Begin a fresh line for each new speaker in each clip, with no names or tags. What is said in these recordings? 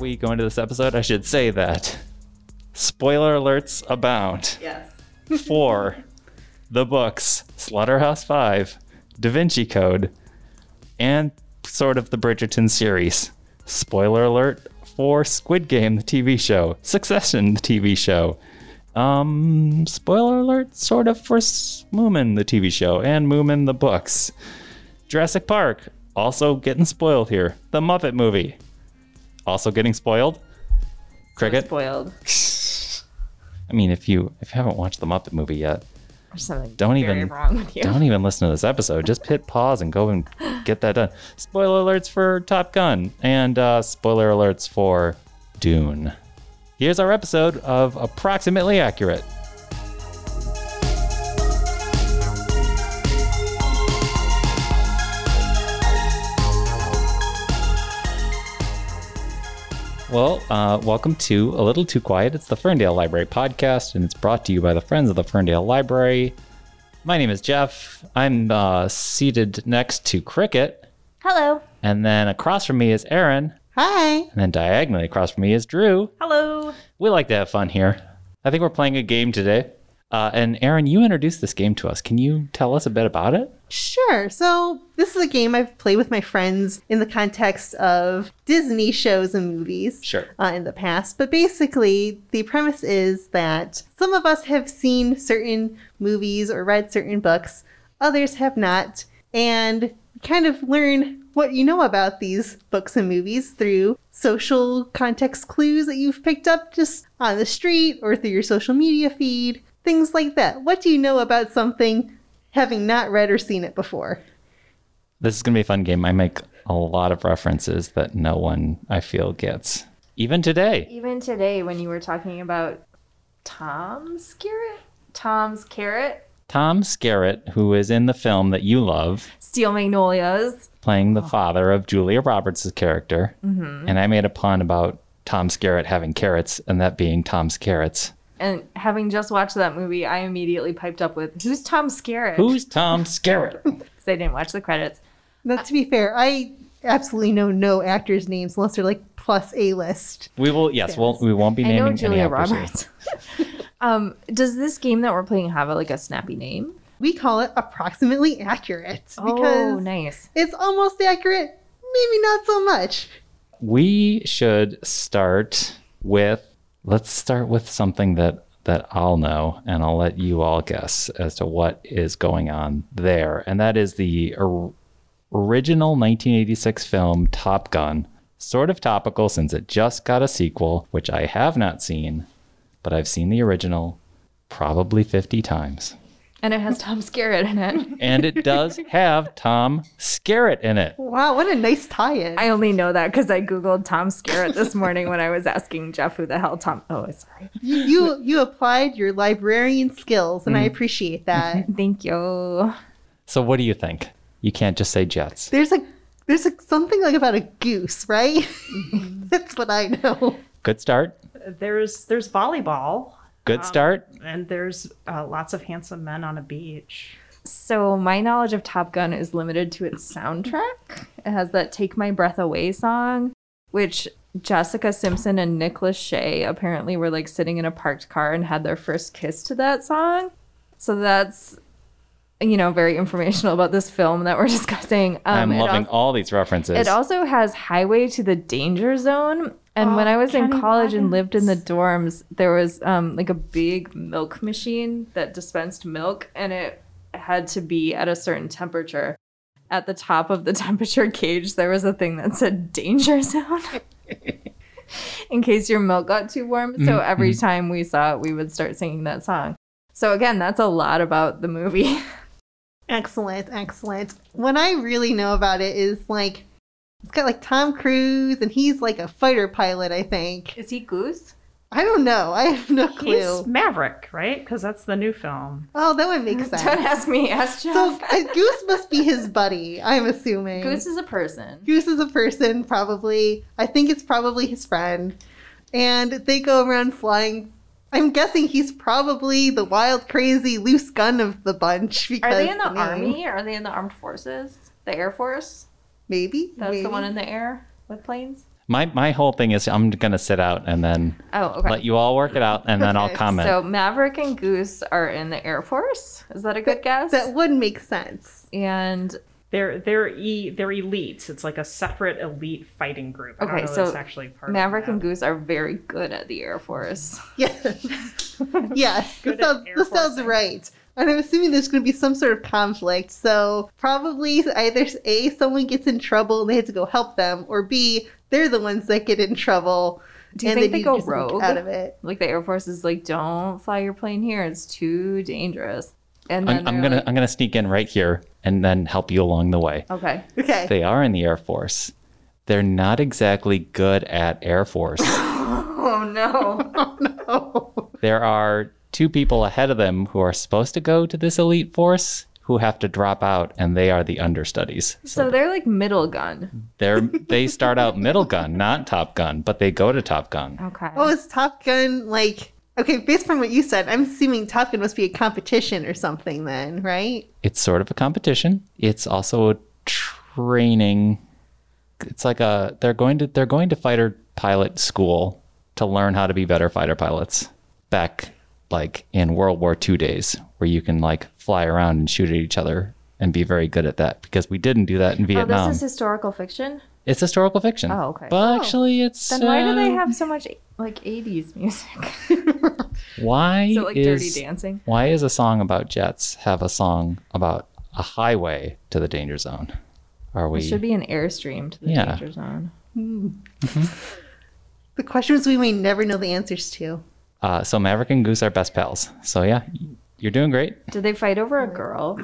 we go into this episode, I should say that spoiler alerts abound
Yes.
for the books Slaughterhouse Five, Da Vinci Code, and sort of the Bridgerton series. Spoiler alert for Squid Game, the TV show, Succession, the TV show. Um, spoiler alert, sort of for S- Moomin, the TV show, and Moomin, the books. Jurassic Park, also getting spoiled here. The Muppet movie, also getting spoiled. Cricket.
Spoiled
I mean, if you if you haven't watched the Muppet movie yet,
or something.
Don't
very
even-
wrong with you.
don't even listen to this episode. Just hit pause and go and get that done. Spoiler alerts for Top Gun and uh, spoiler alerts for Dune. Here's our episode of Approximately Accurate. Well, uh, welcome to A Little Too Quiet. It's the Ferndale Library podcast, and it's brought to you by the Friends of the Ferndale Library. My name is Jeff. I'm uh, seated next to Cricket,
Hello.
and then across from me is Aaron,
Hi.
and then diagonally across from me is Drew.
Hello.
We like to have fun here. I think we're playing a game today. Uh, and Aaron, you introduced this game to us. Can you tell us a bit about it?
Sure. So, this is a game I've played with my friends in the context of Disney shows and movies
Sure.
uh, in the past. But basically, the premise is that some of us have seen certain movies or read certain books, others have not, and kind of learn what you know about these books and movies through social context clues that you've picked up just on the street or through your social media feed, things like that. What do you know about something having not read or seen it before?
This is going to be a fun game. I make a lot of references that no one I feel gets, even today.
Even today, when you were talking about Tom's carrot, Tom's carrot,
Tom Skerritt, who is in the film that you love,
steel magnolias.
playing the
Oh.
father of Julia Roberts' character.
Mm-hmm.
And I made a pun about Tom Skerritt having carrots and that being Tom's carrots.
And having just watched that movie, I immediately piped up with, "Who's Tom Skerritt?"
Who's Tom Skerritt?
Because I didn't watch the credits.
Now, to be fair, I absolutely know no actors' names unless they're like plus A list.
We will, yes, we'll, we won't be
I
naming
know
any
Julia
actors.
Roberts. um, does this game that we're playing have like a snappy name?
We call it approximately accurate
oh,
because
nice.
it's almost accurate, maybe not so much.
We should start with, let's start with something that, that I'll know and I'll let you all guess as to what is going on there. And that is the or- original 1986 film Top Gun. Sort of topical since it just got a sequel, which I have not seen, but I've seen the original probably 50 times.
And it has Tom Skerritt in it.
And it does have Tom Skerritt in it.
Wow, what a nice tie-in.
I only know that because I googled Tom Skerritt this morning when I was asking Jeff who the hell Tom. Oh, sorry.
you, you you applied your librarian skills, and I
Mm-hmm.
appreciate that.
Thank you.
So, what do you think? You can't just say Jets.
there's a there's a, something like about a goose, right?
Mm-hmm.
That's what I know.
Good start.
there's there's volleyball
Good start.
and there's uh, lots of handsome men on a beach.
So my knowledge of Top Gun is limited to its soundtrack. It has that "Take My Breath Away" song, which Jessica Simpson and Nick Lachey apparently were like sitting in a parked car and had their first kiss to that song. So that's you know very informational about this film that we're discussing. Um,
I'm
it
loving
also-
all these references.
It also has Highway to the Danger Zone. And when I was in college and lived in the dorms, there was um, like a big milk machine that dispensed milk, and it had to be at a certain temperature. At the top of the temperature cage, there was a thing that said Danger Zone. In case your milk got too warm. So every time we saw it, we would start singing that song. So, again, that's a lot about the movie.
Excellent, excellent. What I really know about it is like it's got like Tom Cruise, and he's like a fighter pilot, I think.
Is he Goose?
I don't know. I have no
He's
clue.
Maverick, right? Because that's the new film.
Oh, that would make
Don't
sense.
ask me, ask Jeff.
So uh, Goose must be his buddy. I'm assuming.
Goose is a person.
Goose is a person, probably. I think it's probably his friend. And they go around flying. I'm guessing he's probably the wild, crazy, loose gun of the bunch. Because
Are they in the
name.
army? Are they in the armed forces? The Air Force?
Maybe.
That's
maybe.
the one in the air with planes?
My my whole thing is I'm gonna sit out and then
Oh, okay.
let you all work it out and then I'll
Perfect.
comment.
So Maverick and Goose are in the Air Force. Is that a good guess?
That would make sense.
and
They're they're e they're elites. It's like a separate elite fighting group. I don't
Okay,
know
so
that's actually part
Maverick
of that.
and Goose are very good at the Air Force.
Yes. yes.
Good
This
at
sounds,
air
this sounds
forcing.
right. And I'm assuming there's going to be some sort of conflict. So probably either A, someone gets in trouble and they have to go help them, or B, they're the ones that get in trouble.
Do you
and
think
then
they go
just sneak
rogue?
Out of it.
Like the Air Force is like, don't fly your plane here; it's too dangerous. And then
I'm, I'm
they're
gonna
like-
I'm gonna sneak in right here and then help you along the way.
okay.
Okay.
They are in the Air Force. They're not exactly good at Air Force.
Oh no!
oh, no.
there are two people ahead of them who are supposed to go to this elite force who have to drop out and they are the understudies.
so they're like middle gun.
They're they start out middle gun, not top gun, but they go to top gun.
Okay.
Oh, is Top Gun like. Okay, based from what you said, I'm assuming Top Gun must be a competition or something then, right?
It's sort of a competition. It's also a training. It's like a they're going to they're going to fighter pilot school to learn how to be better fighter pilots. Back like in World War II days where you can like fly around and shoot at each other and be very good at that because we didn't do that in
Oh,
Vietnam.
this is historical fiction.
It's historical fiction.
Oh, okay.
But actually, it's
Then why do they
uh,
have so much like '80s music?
Why
so like
is
Dirty Dancing.
why is a song about jets have a song about a highway to the danger zone? Are we?
It should be an airstream to the
Yeah.
danger zone.
The questions we may never know the answers to.
Uh, so Maverick and Goose are best pals. So yeah, you're doing great.
Did they fight over a girl?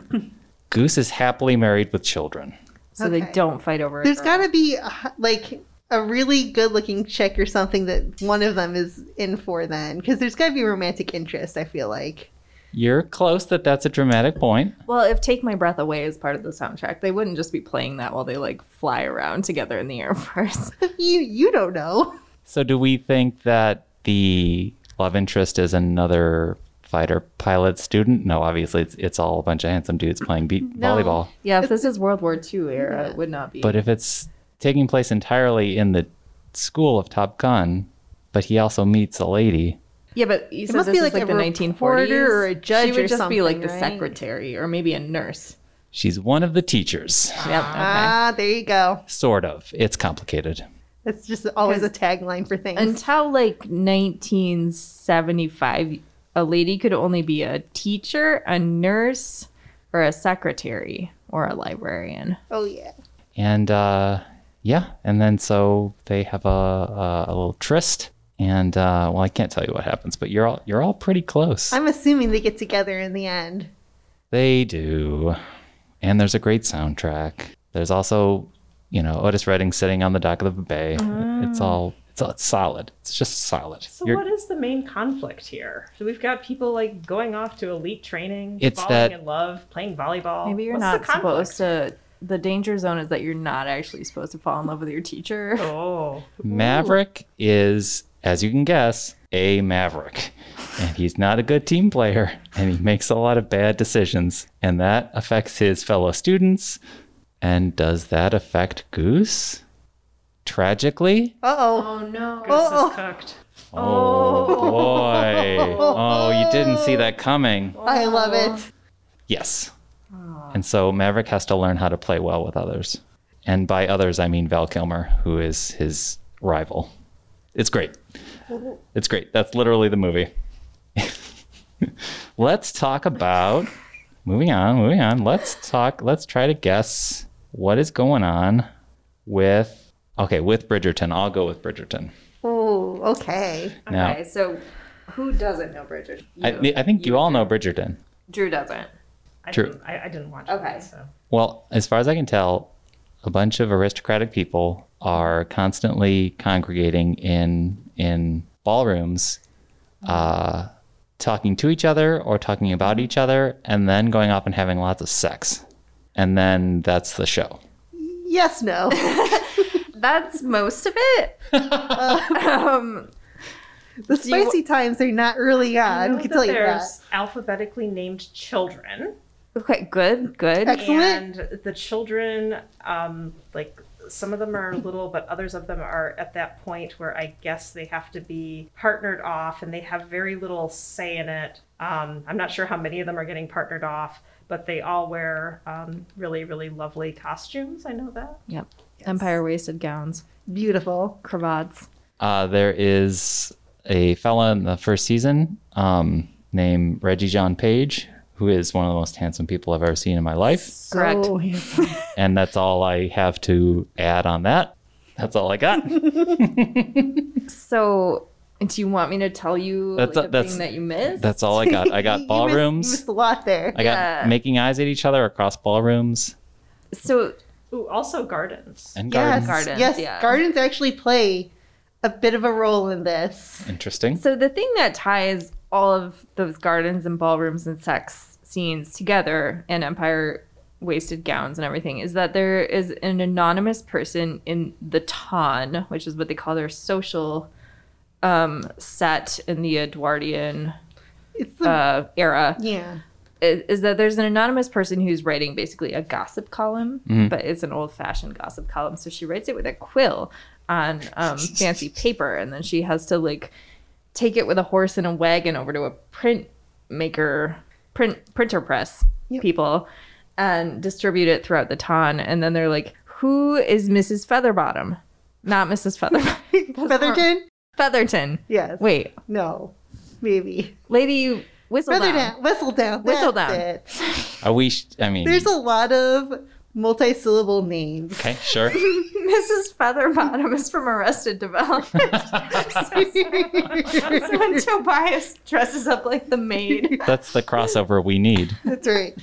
Goose is happily married with children.
So they
Okay.
don't fight over a
There's
girl.
got to be a h- like a really good looking chick or something that one of them is in for then, because there's got to be romantic interest. I feel like.
You're close that that's a dramatic point.
Well, if Take My Breath Away is part of the soundtrack, they wouldn't just be playing that while they like fly around together in the Air Force.
You you don't know.
So do we think that the love interest is another fighter pilot student? No, obviously it's it's all a bunch of handsome dudes playing beat
No.
volleyball.
yeah, if this is World War II era, it would not be.
But if it's taking place entirely in the school of Top Gun, but he also meets a lady,
yeah, but you said
must
this
be,
is
like,
like
a
the 1940s.
reporter or a judge
She would
or
just be like the
something, right?
secretary or maybe a nurse.
she's one of the teachers.
Yep. Okay.
Ah, there you go.
Sort of. It's complicated.
That's just always a tagline for things.
Until like 1975, a lady could only be a teacher, a nurse, or a secretary or a librarian.
oh yeah.
And uh, yeah, and then so they have a, a, a little tryst. And uh, well, I can't tell you what happens, but you're all you're all pretty close.
I'm assuming they get together in the end.
They do. And there's a great soundtrack. There's also, you know, Otis Redding sitting on the dock of the bay. It's all it's, all- it's solid. It's just solid.
Ah. So
You're-
what is the main conflict here? So we've got people like going off to elite training,
It's
falling
that-
in love, playing volleyball.
Maybe you're
What's the
not
conflict?
supposed to. The danger zone is that you're not actually supposed to fall in love with your teacher.
Oh,
Maverick is, as you can guess, a maverick. And he's not a good team player, and he makes a lot of bad decisions. And that affects his fellow students. And does that affect Goose? Tragically?
Uh oh.
Oh no.
Goose is
Oh.
cooked.
Oh, boy. Oh, you didn't see that coming.
I love it.
Yes. And so Maverick has to learn how to play well with others. And by others, I mean Val Kilmer, who is his rival. It's great. It's great. That's literally the movie. let's talk about moving on, moving on. Let's talk, let's try to guess what is going on with, okay, with Bridgerton. I'll go with Bridgerton.
Oh, okay.
Now,
Okay, so who doesn't know Bridgerton?
I, I think you all know Bridgerton.
Drew doesn't.
I
True.
Didn't, I, I didn't watch.
Okay.
It, so
Well, as far as I can tell, a bunch of aristocratic people are constantly congregating in in ballrooms, uh, talking to each other or talking about each other, and then going off and having lots of sex, and then that's the show.
Yes, no.
That's most of it. um,
The
you wa-
spicy times are not early
I
on.
know
I can
that
tell you that.
there's alphabetically named children,
okay, good, good.
Excellent.
and the children um, like some of them are little, but others of them are at that point where I guess they have to be partnered off and they have very little say in it. Um, I'm not sure how many of them are getting partnered off, but they all wear um, really, really lovely costumes. I know that.
Yep. Empire waisted gowns,
Beautiful.
cravats.
Uh, there is a fella in the first season um, named Reggie John Page, who is one of the most handsome people I've ever seen in my life.
Correct.
So handsome.
And that's all I have to add on that. That's all I got.
So, do you want me to tell you
That's-
like, a
that's-
thing that you missed?
That's all I got. I
You
got
missed-
ballrooms.
you missed a lot there.
I got
Yeah.
making eyes at each other across ballrooms
so
Ooh, also gardens.
and gardens.
yes,
Gardens,
yes,
yeah.
gardens actually play a bit of a role in this.
Interesting.
So the thing that ties all of those gardens and ballrooms and sex scenes together and empire wasted gowns and everything is that there is an anonymous person in the ton, which is what they call their social um, set in the Edwardian
It's the,
uh, era
yeah.
is, is that there's an anonymous person who's writing basically a gossip column, but it's an old fashioned gossip column. So she writes it with a quill on um, fancy paper, and then she has to like take it with a horse and a wagon over to a print maker, print printer press
Yep.
people, and distribute it throughout the town. And then they're like, "Who is Mrs. Featherbottom? Not Mrs. Feather
Featherton?
Featherton.
Yes.
Wait,
No. Maybe.
lady." Whistle down.
Featherdown. Whistledown.
Whistledown.
that's it.
I wish. I mean,
There's a lot of multi-syllable names.
okay, sure.
Mrs. Featherbottom is from Arrested Development. That's when Tobias dresses up like the maid.
That's the crossover we need.
That's right.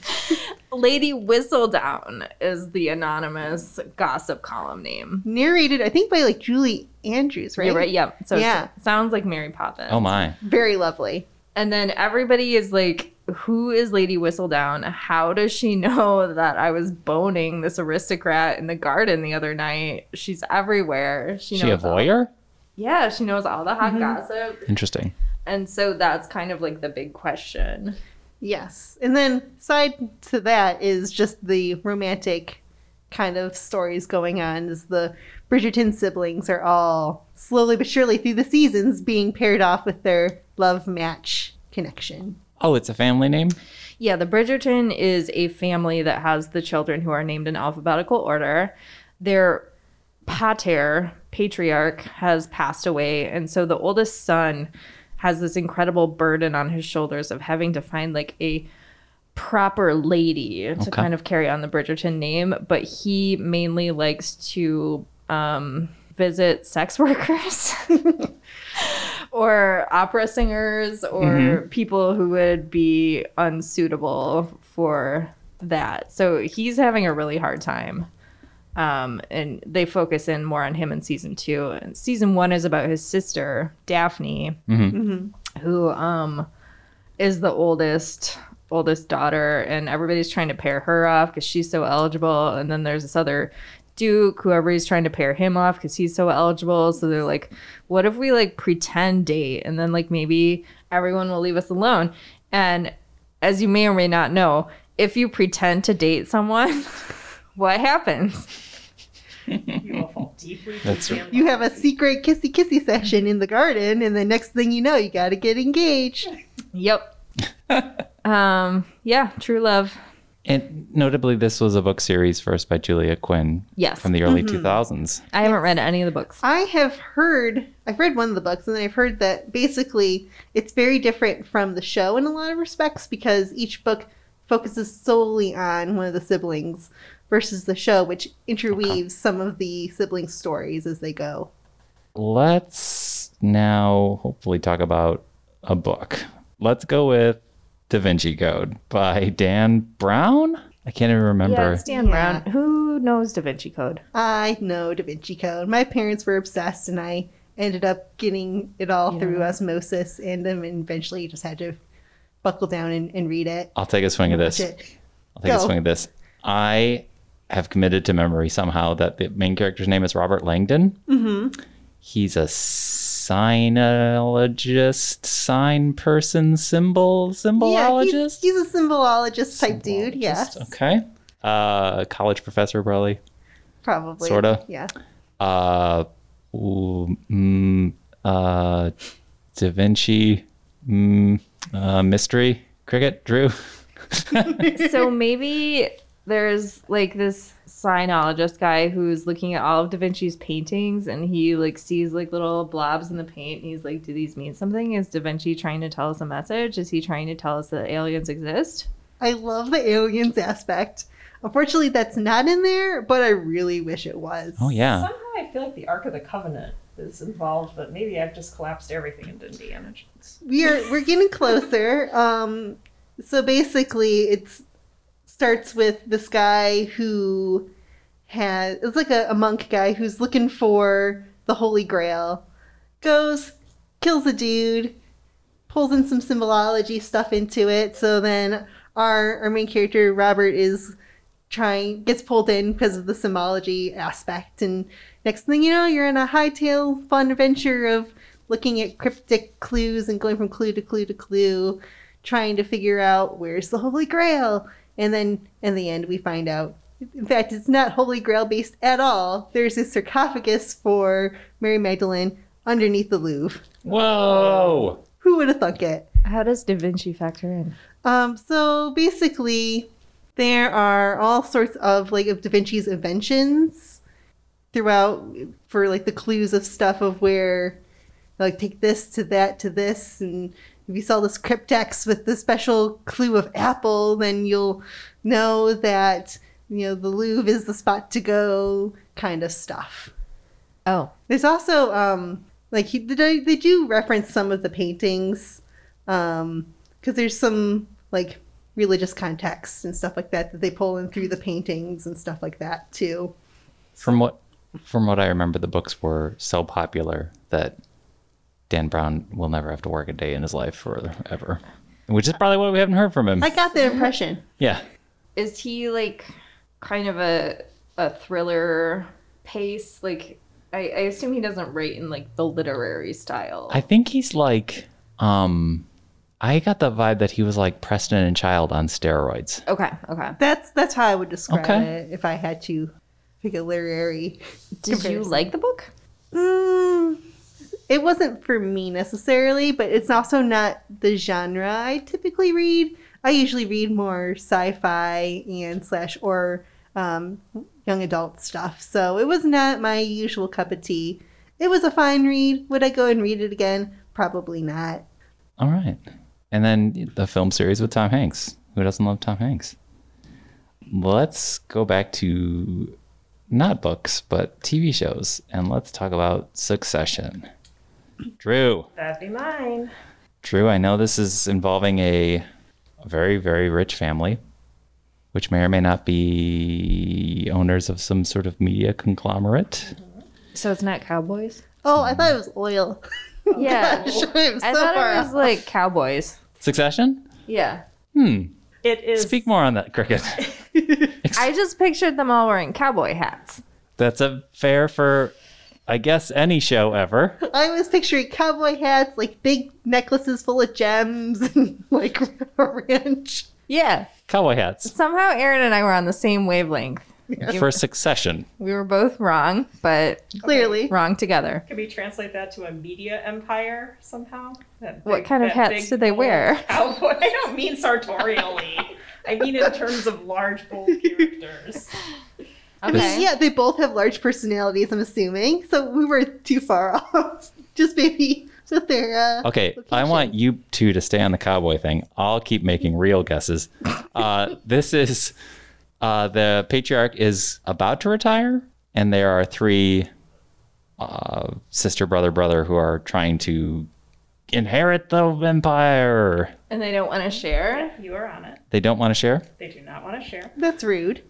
Lady Whistledown is the anonymous gossip column name.
Narrated, I think, by like Julie Andrews, right?
You're right. Yeah. So
Yeah.
yeah. sounds like Mary Poppins.
Oh my.
Very lovely.
And then everybody is like, who is Lady Whistledown? How does she know that I was boning this aristocrat in the garden the other night? She's everywhere. She,
she a
knows all-
voyeur?
yeah, she knows all the hot gossip.
Interesting.
And so that's kind of like the big question.
Yes. And then side to that is just the romantic kind of stories going on as the Bridgerton siblings are all slowly but surely through the seasons being paired off with their love match connection.
Oh, it's a family name?
Yeah, the Bridgerton is a family that has the children who are named in alphabetical order. Their pater, patriarch, has passed away. And so the oldest son has this incredible burden on his shoulders of having to find like a proper lady to
Okay.
kind of carry on the Bridgerton name. But he mainly likes to um, visit sex workers. or opera singers or people who would be unsuitable for that. So he's having a really hard time. Um, and they focus in more on him in season two. And season one is about his sister, Daphne, who um, is the oldest oldest daughter and everybody's trying to pair her off because she's so eligible and then there's this other duke who everybody's trying to pair him off because he's so eligible so they're like what if we like pretend date and then like maybe everyone will leave us alone and as you may or may not know if you pretend to date someone what happens
You will fall deeply.
That's
deeply in
You
love.
have a secret kissy kissy session in the garden, and the next thing you know, you got to get engaged.
yep um yeah true love
And notably, this was a book series first by Julia Quinn
yes
from the early
Mm-hmm.
2000s.
i haven't read any of the books
I have heard, I've read one of the books, and then I've heard that basically it's very different from the show in a lot of respects because each book focuses solely on one of the siblings versus the show, which interweaves some of the sibling stories as they go.
Let's now hopefully talk about a book. Let's go with Da Vinci Code by Dan Brown. I can't even remember.
Yeah, it's Dan
Yeah.
Brown. Who knows Da Vinci Code?
I know Da Vinci Code. My parents were obsessed, and I ended up getting it all through osmosis, and then eventually just had to buckle down and, and read it.
I'll take a swing at this.
Watch it.
I'll take a
Go.
swing at this. I have committed to memory somehow that the main character's name is Robert Langdon. Mm-hmm. He's a signologist, sign person, symbol,
Yeah, he's-
symbolologist.
he's, a symbolologist type dude,
Symbolologist,
yes.
Okay. Uh, college professor, probably.
Probably.
Sorta.
Yeah.
uh, ooh, mm, uh, Da Vinci, mm, uh, mystery, cricket, Drew.
so maybe there's like this sinologist guy who's looking at all of da vinci's paintings and he like sees like little blobs in the paint and he's like do these mean something is da vinci trying to tell us a message is he trying to tell us that aliens exist
I love the aliens aspect. Unfortunately, that's not in there, but I really wish it was.
Oh yeah,
Somehow I feel like the Ark of the Covenant is involved, but maybe I've just collapsed everything into Indiana Jones.
we are we're getting closer. Um, so basically, it starts with this guy who has it's like a, a monk guy who's looking for the Holy Grail. Goes, kills a dude, pulls in some symbology stuff into it. So then our our main character Robert is trying gets pulled in because of the symbology aspect and next thing you know you're in a hightail fun adventure of looking at cryptic clues and going from clue to clue to clue trying to figure out where's the holy grail and then in the end we find out in fact it's not holy grail based at all there's a sarcophagus for mary magdalene underneath the louvre
whoa.
who would have thunk it
how does da vinci factor in
um, so basically, there are all sorts of like of Da Vinci's inventions throughout for like the clues of stuff of where like take this to that to this and if you saw this cryptex with the special clue of apple then you'll know that you know the louvre is the spot to go kind of stuff
oh
there's also um like he, they, they do reference some of the paintings um because there's some like religious context and stuff like that that they pull in through the paintings and stuff like that too
From what from what I remember, the books were so popular that Dan Brown will never have to work a day in his life forever, which is probably why we haven't heard from him.
i got the impression
yeah.
is he like kind of a a thriller pace like I, I assume he doesn't write in like the literary style.
I think he's like, um, I got the vibe that he was like Preston and Child on steroids.
okay, okay.
that's that's how i would describe
Okay.
it if i had to pick a literary
Did you
comparison.
like the book?
Mm, it wasn't for me necessarily, but it's also not the genre I typically read. I usually read more sci-fi and slash or um, young adult stuff, so it was not my usual cup of tea. It was a fine read. Would I go and read it again? Probably not.
All right. And then the film series with Tom Hanks. Who doesn't love Tom Hanks? Let's go back to not books, but TV shows, and let's talk about Succession. Drew.
That'd be mine.
Drew, I know this is involving a very, very rich family, which may or may not be owners of some sort of media conglomerate.
So it's not cowboys.
Oh, I thought it was oil. Oh,
Yeah,
I'm so
I thought
far
it was
off.
like cowboys.
Succession?
Yeah,
Hmm.
It is.
Speak more on that, Cricket.
I just pictured them all wearing cowboy hats.
That's a fair for, I guess, any show ever.
I was picturing cowboy hats, like big necklaces full of gems, and like a ranch.
Yeah,
Cowboy hats
somehow Aaron and I were on the same wavelength.
for Succession.
We were both wrong, but
Clearly,
wrong together.
Can we translate that to a media empire somehow? That
What kind of
that
hats
big
do they
bold
wear?
Cowboy. I don't mean sartorially. I mean in terms of large, bold characters.
Okay.
Yeah, they both have large personalities, I'm assuming. So we were too far off. Just maybe with their uh
Okay, I want you two to stay on the cowboy thing. I'll keep making real guesses. Uh, this is uh, the patriarch is about to retire, and there are three uh, sister, brother, brother who are trying to inherit the empire.
And they don't want to share.
You are on it.
They don't want to share,
They do not want to share.
that's rude.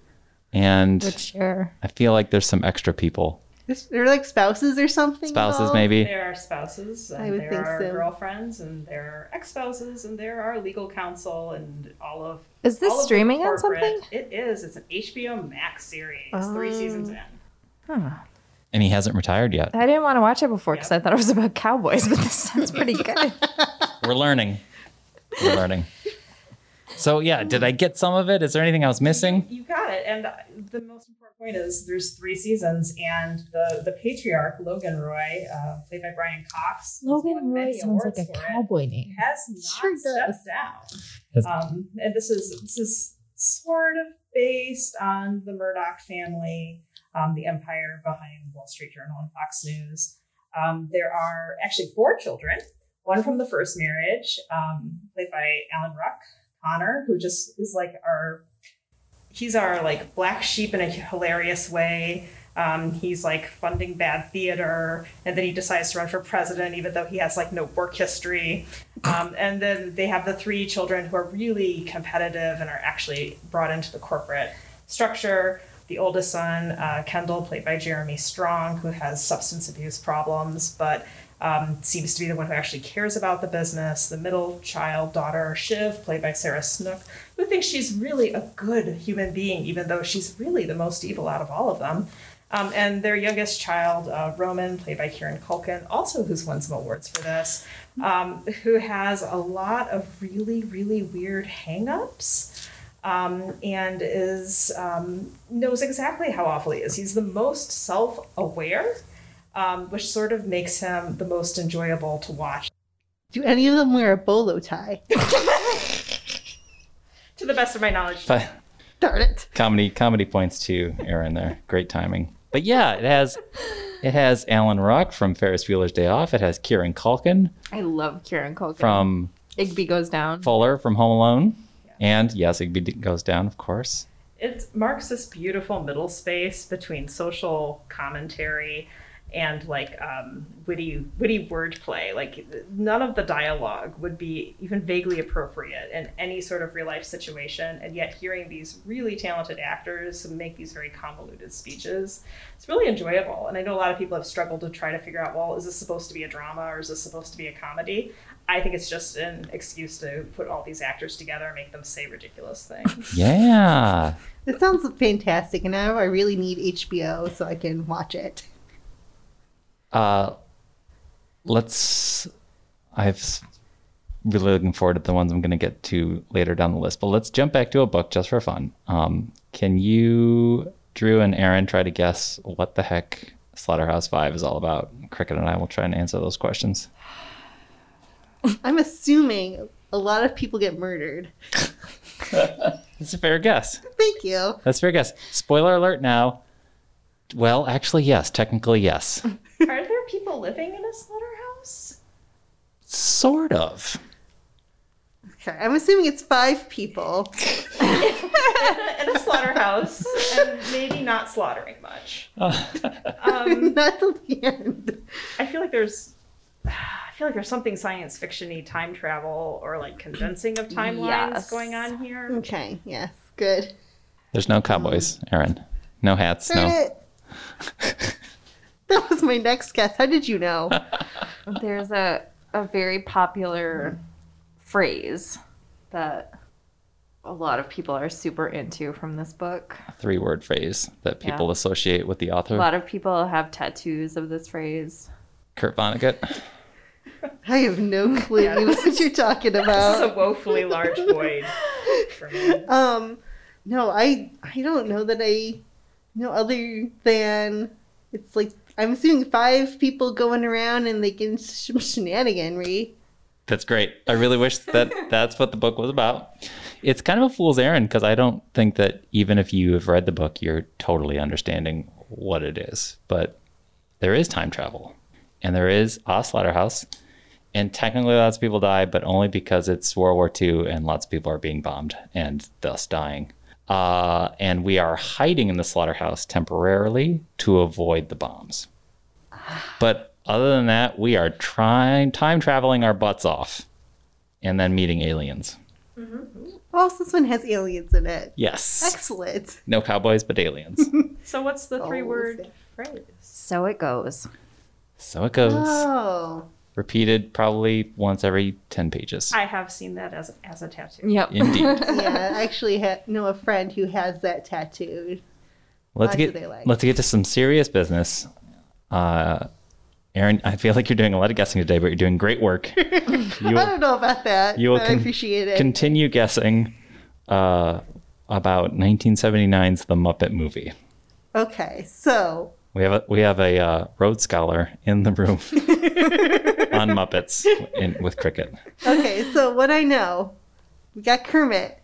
and
share.
I feel like there's some extra people,
They're like spouses or something.
spouses
involved?
maybe.
There are spouses,
I would
and there
think
are
so.
girlfriends, and there are ex-spouses, and there are legal counsel, and all of
Is this
all of the
streaming on
corporate-
something? Oh.
It is. It's an HBO Max series, three seasons in.
And he hasn't retired yet.
I didn't want to watch it before because I thought it was about cowboys, but this sounds pretty good.
We're learning. We're learning. So yeah, did I get some of it? Is there anything I was missing?
You got it. And the most important point is there's three seasons, and the the patriarch Logan Roy, uh, played by Brian Cox, has
Logan
won
Roy
many
sounds like
awards
a
for it,
cowboy name.
Has not
Sure does.
stepped down. Um, and this is this is sort of based on the Murdoch family, um, the empire behind Wall Street Journal and Fox News. Um, there are actually four children, one from the first marriage, um, played by Alan Ruck, Connor, who just is like our he's our like black sheep in a hilarious way. Um, he's like funding bad theater, and then he decides to run for president, even though he has like no work history. Um, and then they have the three children who are really competitive and are actually brought into the corporate structure. The oldest son, uh, Kendall, played by Jeremy Strong, who has substance abuse problems, but um, seems to be the one who actually cares about the business. The middle child, daughter, Shiv, played by Sarah Snook, who thinks she's really a good human being, even though she's really the most evil out of all of them. Um, and their youngest child, uh, Roman, played by Kieran Culkin, also who's won some awards for this, um, who has a lot of really, really weird hangups um, and is um, knows exactly how awful he is. He's the most self-aware, um, which sort of makes him the most enjoyable to watch.
Do any of them wear a bolo tie?
To the best of my knowledge,
But
Darn it.
comedy comedy points to Aaron there. Great timing. But yeah, it has it has Alan Rock from Ferris Bueller's Day Off. It has Kieran Culkin
I love Kieran Culkin.
from
Igby goes down.
Fuller from Home Alone, and yes, it goes down, of course.
it marks this beautiful middle space between social commentary and like um, witty witty wordplay. Like none of the dialogue would be even vaguely appropriate in any sort of real life situation, and yet hearing these really talented actors make these very convoluted speeches, it's really enjoyable. And I know a lot of people have struggled to try to figure out, well, is this supposed to be a drama or is this supposed to be a comedy? I think it's just an excuse to put all these actors together and make them say ridiculous things.
Yeah,
It sounds fantastic, and now I really need HBO so I can watch it.
uh, let's. I've s- really looking forward to the ones I'm going to get to later down the list, but let's jump back to a book just for fun. Um, can you, Drew and Aaron, try to guess what the heck Slaughterhouse Five is all about? Cricket and I will try and answer those questions.
I'm assuming a lot of people get murdered.
It's a fair guess.
Thank you.
That's a fair guess. Spoiler alert now. Well, actually, yes. Technically, yes.
Are there people living in a slaughterhouse?
sort of.
Okay, I'm assuming it's five people.
in a slaughterhouse, and maybe not slaughtering much.
Uh.
Um,
Not till the end.
I feel like there's, I feel like there's something science fictiony time travel or like condensing of timelines
Yes.
going on here.
Okay, yes, good.
There's no cowboys, Aaron. No hats,
Darn
no.
it. that was my next guess. How did you know?
There's a, a very popular phrase that a lot of people are super into from this book.
Three word phrase that people
Yeah.
associate with the
A
author,
lot of people have tattoos of this phrase.
Kurt Vonnegut.
I have no clue what you're talking
This is
about.
a woefully large void for me.
Um, no, I I don't know that I know other than it's like I'm assuming five people going around and they get into some shenaniganry.
That's great. I really wish that that's what the book was about. It's kind of a fool's errand because I don't think that even if you have read the book, you're totally understanding what it is. But there is time travel and there is a slaughterhouse. And technically, lots of people die, but only because it's World War II and lots of people are being bombed and thus dying. Uh, and we are hiding in the slaughterhouse temporarily to avoid the bombs. But other than that, we are trying time traveling our butts off and then meeting aliens.
Oh, so this one has aliens in it.
Yes.
Excellent.
No cowboys, but aliens.
So what's the three word
sick.
phrase?
So it goes.
so it goes.
Oh,
Repeated probably once every 10 pages.
I have seen that as as a tattoo.
Yep.
Indeed.
yeah. I actually ha- know a friend who has that tattooed.
Let's
Why do
get
they like-
let's get to some serious business. Uh, Aaron, I feel like you're doing a lot of guessing today, but you're doing great work. You
I
will
don't know about that.
you will
but I
con-
appreciate it.
continue guessing uh, about 1979's The Muppet Movie.
Okay, so
We have a, we have a uh, Rhodes Scholar in the room on Muppets in, with Cricket.
okay, so what I know, we got Kermit,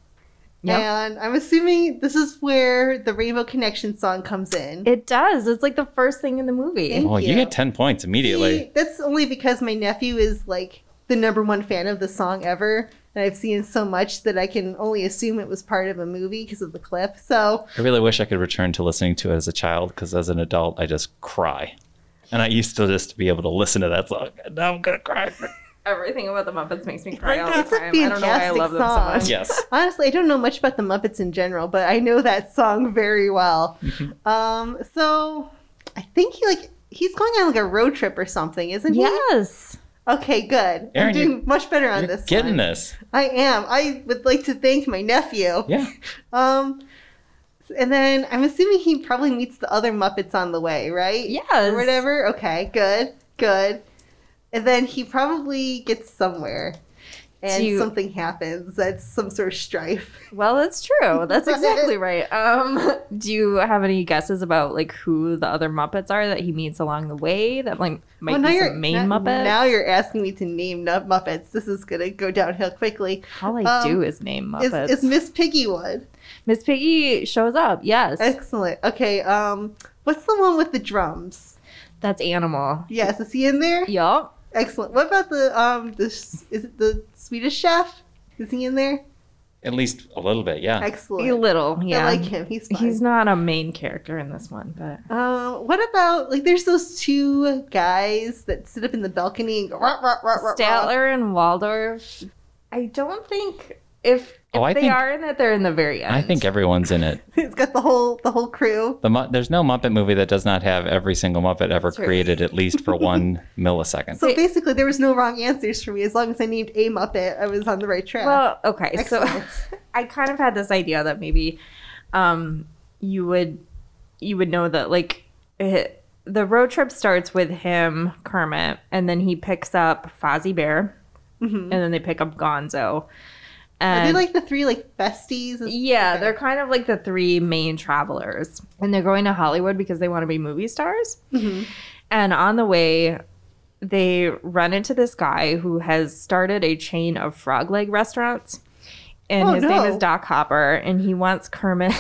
Yep.
and I'm assuming this is where the Rainbow Connection song comes in.
It does. It's like the first thing in the movie.
Thank
Oh, you.
you.
get 10 points
See,
immediately.
that's only because my nephew is like the number one fan of the song ever, and I've seen so much that I can only assume it was part of a movie because of the clip. So
I really wish I could return to listening to it as a child because as an adult, I just cry. And I used to just be able to listen to that song. And now I'm going to cry.
Everything about the Muppets makes me cry all
It's
the
a
time. I don't know why I
fantastic
love them so
song.
much.
yes.
honestly, I don't know much about the Muppets in general, but I know that song very well.
Mm-hmm.
um, so I think he like he's going on like a road trip or something, isn't he?
Yes.
Okay, good. I'm
Erin,
doing
you-
much better on
You're
this.
getting
one.
this.
I am. I would like to thank my nephew.
Yeah.
Um, and then I'm assuming he probably meets the other Muppets on the way, right?
Yes.
Or whatever. Okay, good, good. And then he probably gets somewhere, and
Do you-
something happens. That's some sort of strife.
Well, that's true. That's exactly right. Um, do you have any guesses about like who the other Muppets are that he meets along the way? That like might
Well, now
be
you're-
some main
now-
Muppets.
Now you're asking me to name nu- Muppets. This is gonna go downhill quickly.
All I
um,
do is name
Is,
Muppets.
is Miss Piggy one?
Miss Piggy shows up. Yes,
Excellent. Okay. Um, what's the one with the drums?
that's Animal.
Yes, is he in there?
Yup.
Excellent. What about the um the s- is it the Swedish chef? Is he in there?
At least a little bit. Yeah.
Excellent.
A little. Yeah.
I like him. He's fine.
He's not a main character in this one, but
Um, what about like there's those two guys that sit up in the balcony and go rah, rah, rah, rah, rah.
Statler and Waldorf. I don't think if, if
Oh, I
they
think-
are in it, they're in the very end.
I think everyone's in it.
It's got the whole the whole crew.
The Mu- there's no Muppet movie that does not have every single Muppet ever
That's right.
created at least for one millisecond.
So
Wait.
basically, there was no wrong answers for me as long as I named a Muppet, I was on the right track.
Well, okay,
Excellent.
so I kind of had this idea that maybe um, you would you would know that like it, the road trip starts with him Kermit, and then he picks up Fozzie Bear,
Mhm.
and then they pick up Gonzo.
Are
And
they like the three like besties? Is-
yeah,
okay.
they're kind of like the three main travelers, and they're going to Hollywood because they want to be movie stars.
Mhm.
And on the way, they run into this guy who has started a chain of frog leg restaurants. And
Oh,
his name
no.
is Doc Hopper, and he wants Kermit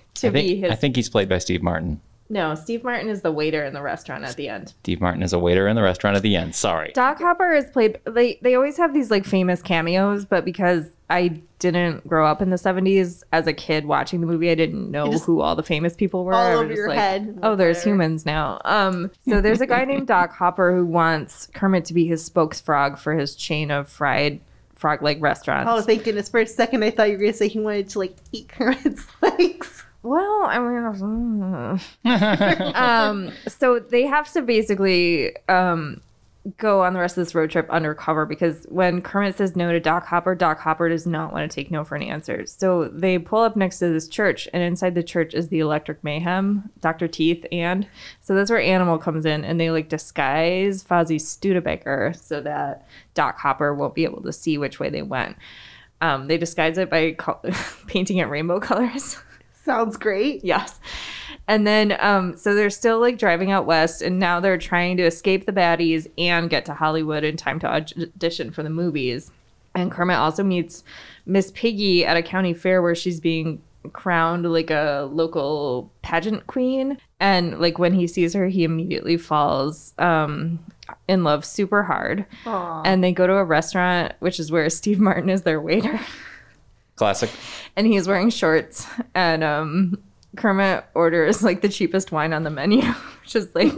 to
I think,
be his.
I think he's played by Steve Martin.
no, Steve Martin is the waiter in the restaurant at the end.
Steve Martin is a waiter in the restaurant at the end. Sorry.
Doc Hopper is played. They they always have these like famous cameos, but because I didn't grow up in the '70s as a kid watching the movie, I didn't know
You just-
who all the famous people were.
all
I was
over
just
your
like,
head.
Oh, there's
Whatever.
humans now. Um, so there's a guy named Doc Hopper who wants Kermit to be his spokesfrog for his chain of fried frog leg restaurants.
Oh, thank goodness! For a second, I thought you were gonna say he wanted to like eat Kermit's legs.
well, I mm. mean, um, so they have to basically um, go on the rest of this road trip undercover because when Kermit says no to Doc Hopper, Doc Hopper does not want to take no for an answer. So they pull up next to this church, and inside the church is the Electric Mayhem, Dr. Teeth, and so that's where Animal comes in, and they like disguise Fozzie Studebaker so that Doc Hopper won't be able to see which way they went. Um, they disguise it by col- painting it rainbow colors.
Sounds great.
Yes. And then, um, so they're still like driving out west, and now they're trying to escape the baddies and get to Hollywood in time to audition for the movies. And Kermit also meets Miss Piggy at a county fair where she's being crowned like a local pageant queen. And like when he sees her, he immediately falls um, in love super hard.
Aw.
And they go to a restaurant, which is where Steve Martin is their waiter
Classic.
and he's wearing shorts and um Kermit orders like the cheapest wine on the menu, which is like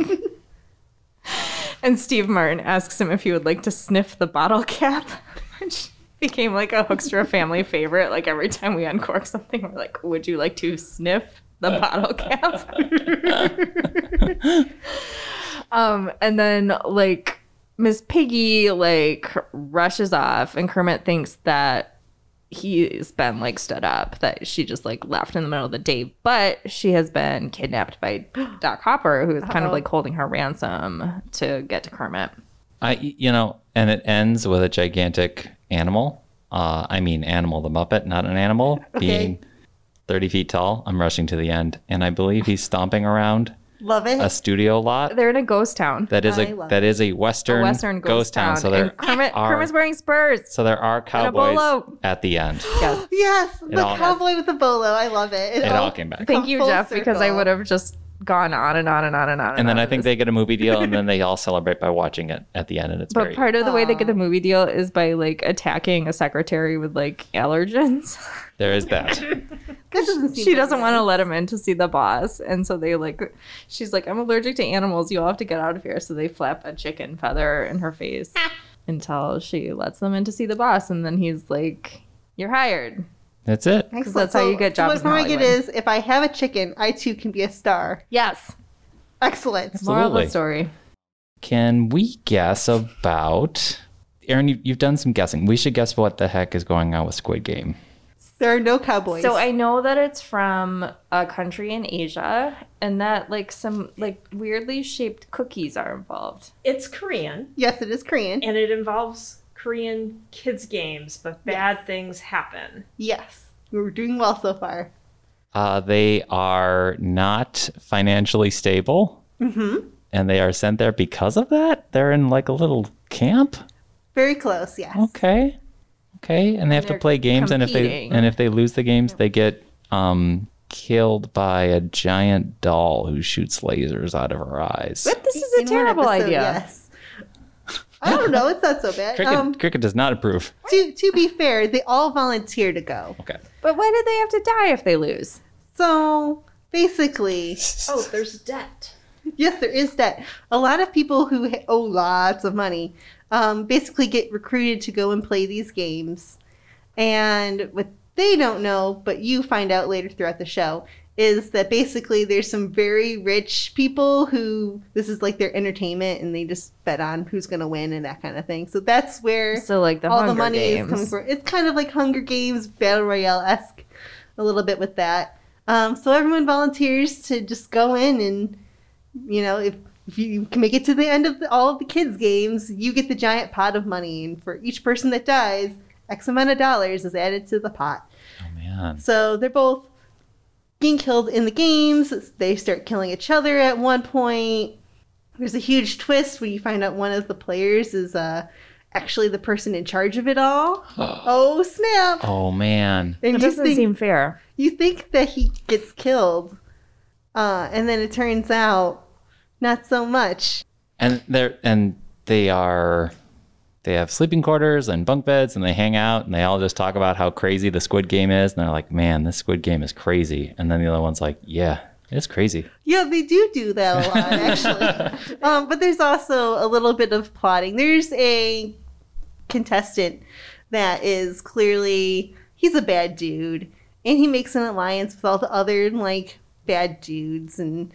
and Steve Martin asks him if he would like to sniff the bottle cap, which became like a Hoekstra family favorite. Like every time we uncork something, we're like, Would you like to sniff the bottle cap? um, and then like Miss Piggy like rushes off and Kermit thinks that he's been like stood up that she just like left in the middle of the day but she has been kidnapped by doc hopper who's kind of
Uh-oh.
like holding her ransom to get to kermit
I, you know, and it ends with a gigantic animal Uh, I mean, Animal the Muppet, not an animal,
Okay.
being 30 feet tall. I'm rushing to the end. And I believe he's stomping around
Love it.
a studio lot.
They're in a ghost town.
That is
I
a
love
that is a western,
a western ghost, town.
So there
and Kermit,
are
Kermit's wearing spurs.
so there are cowboys
bolo.
at the end.
Yes.
yes, the
all-
cowboy with the bolo. I love it.
It all came back.
Thank
Come
you,
full
Jeff, because I
circle.
would have just gone on and on and on and on.
And then
on
I think
this.
they get a movie deal, and then they all celebrate by watching it at the end, and it's
But
very
part of the way they get the
Aw.
movie deal is by like attacking a secretary with like allergens.
there is that.
That doesn't seem
she doesn't
very
want to
nice.
let him in to see the boss, and so they like, she's like, "I'm allergic to animals. You all have to get out of here." So they flap a chicken feather in her face until she lets them in to see the boss, and then he's like, "You're hired."
That's it.
Excellent.
that's how you get
so
jobs
What
in
point it
Hollywood.
is, if I have a chicken, I too can be a star.
Yes.
Excellent.
Moral
Absolutely.
of the story.
Can we guess about? Aaron, you, you've done some guessing. We should guess what the heck is going on with Squid Game.
There are no cowboys.
So I know that it's from a country in Asia and that like some like weirdly shaped cookies are involved.
It's Korean
yes, it is Korean.
and it involves Korean kids games, but bad things happen.
Yes, we're doing well so far.
Uh, they are not financially stable,
Mm-hmm.
and they are sent there because of that. They're in like a little camp.
Very close. Yes.
Okay. Okay, and they have to
they're
play games, and if
competing.
they and if they lose the games, they get um, killed by a giant doll who shoots lasers out of her eyes.
But this is
E, In
a
one
terrible
episode,
idea.
Yes. I don't know. It's not so bad.
Cricket,
Um,
Cricket does not approve.
to to be fair, they all volunteer to go.
Okay.
But why did they have to die if they lose?
So basically,
Oh, there's debt.
yes, there is that. A lot of people who ha- owe lots of money um, basically get recruited to go and play these games. And what they don't know, but you find out later throughout the show, is that basically there's some very rich people who this is like their entertainment and they just bet on who's going to win and that kind of thing. So that's where
So like the
all
Hunger
the money
Games.
is coming from. It's kind of like Hunger Games, Battle Royale esque, a little bit with that. Um, so everyone volunteers to just go in and, you know, if, if you can make it to the end of the, all of the kids' games, you get the giant pot of money. And for each person that dies, X amount of dollars is added to the pot.
Oh man.
So they're both being killed in the games. They start killing each other at one point. There's a huge twist when you find out one of the players is uh, actually the person in charge of it all. oh snap!
Oh man.
And
It
you
doesn't
think
seem fair.
you think that he gets killed, uh, and then it turns out not so much.
And they're and they are they have sleeping quarters and bunk beds and they hang out and they all just talk about how crazy the squid game is and they're like, Man, this squid game is crazy and then the other one's like, Yeah, it's crazy.
Yeah, they do do that a lot, actually. um, but there's also a little bit of plotting. There's a contestant that is clearly he's a bad dude, and he makes an alliance with all the other like bad dudes and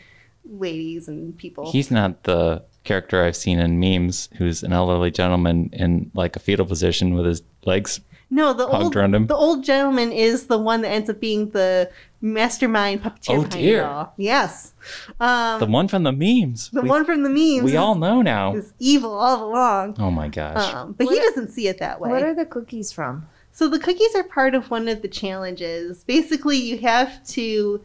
ladies and people.
He's not the character I've seen in memes who's an elderly gentleman in like a fetal position with his legs
no, the
Hugged
old
around him.
the old gentleman is the one that ends up being the mastermind puppeteer.
Oh,
behind it
dear.
all. Yes, um,
the
the,
one from the memes. we,
one from the memes.
we
is-
all know now.
is evil all along.
Oh my gosh.
Um, but he
What-
doesn't see it that way.
What are the cookies from?
So the cookies are part of one of the challenges. Basically, you have to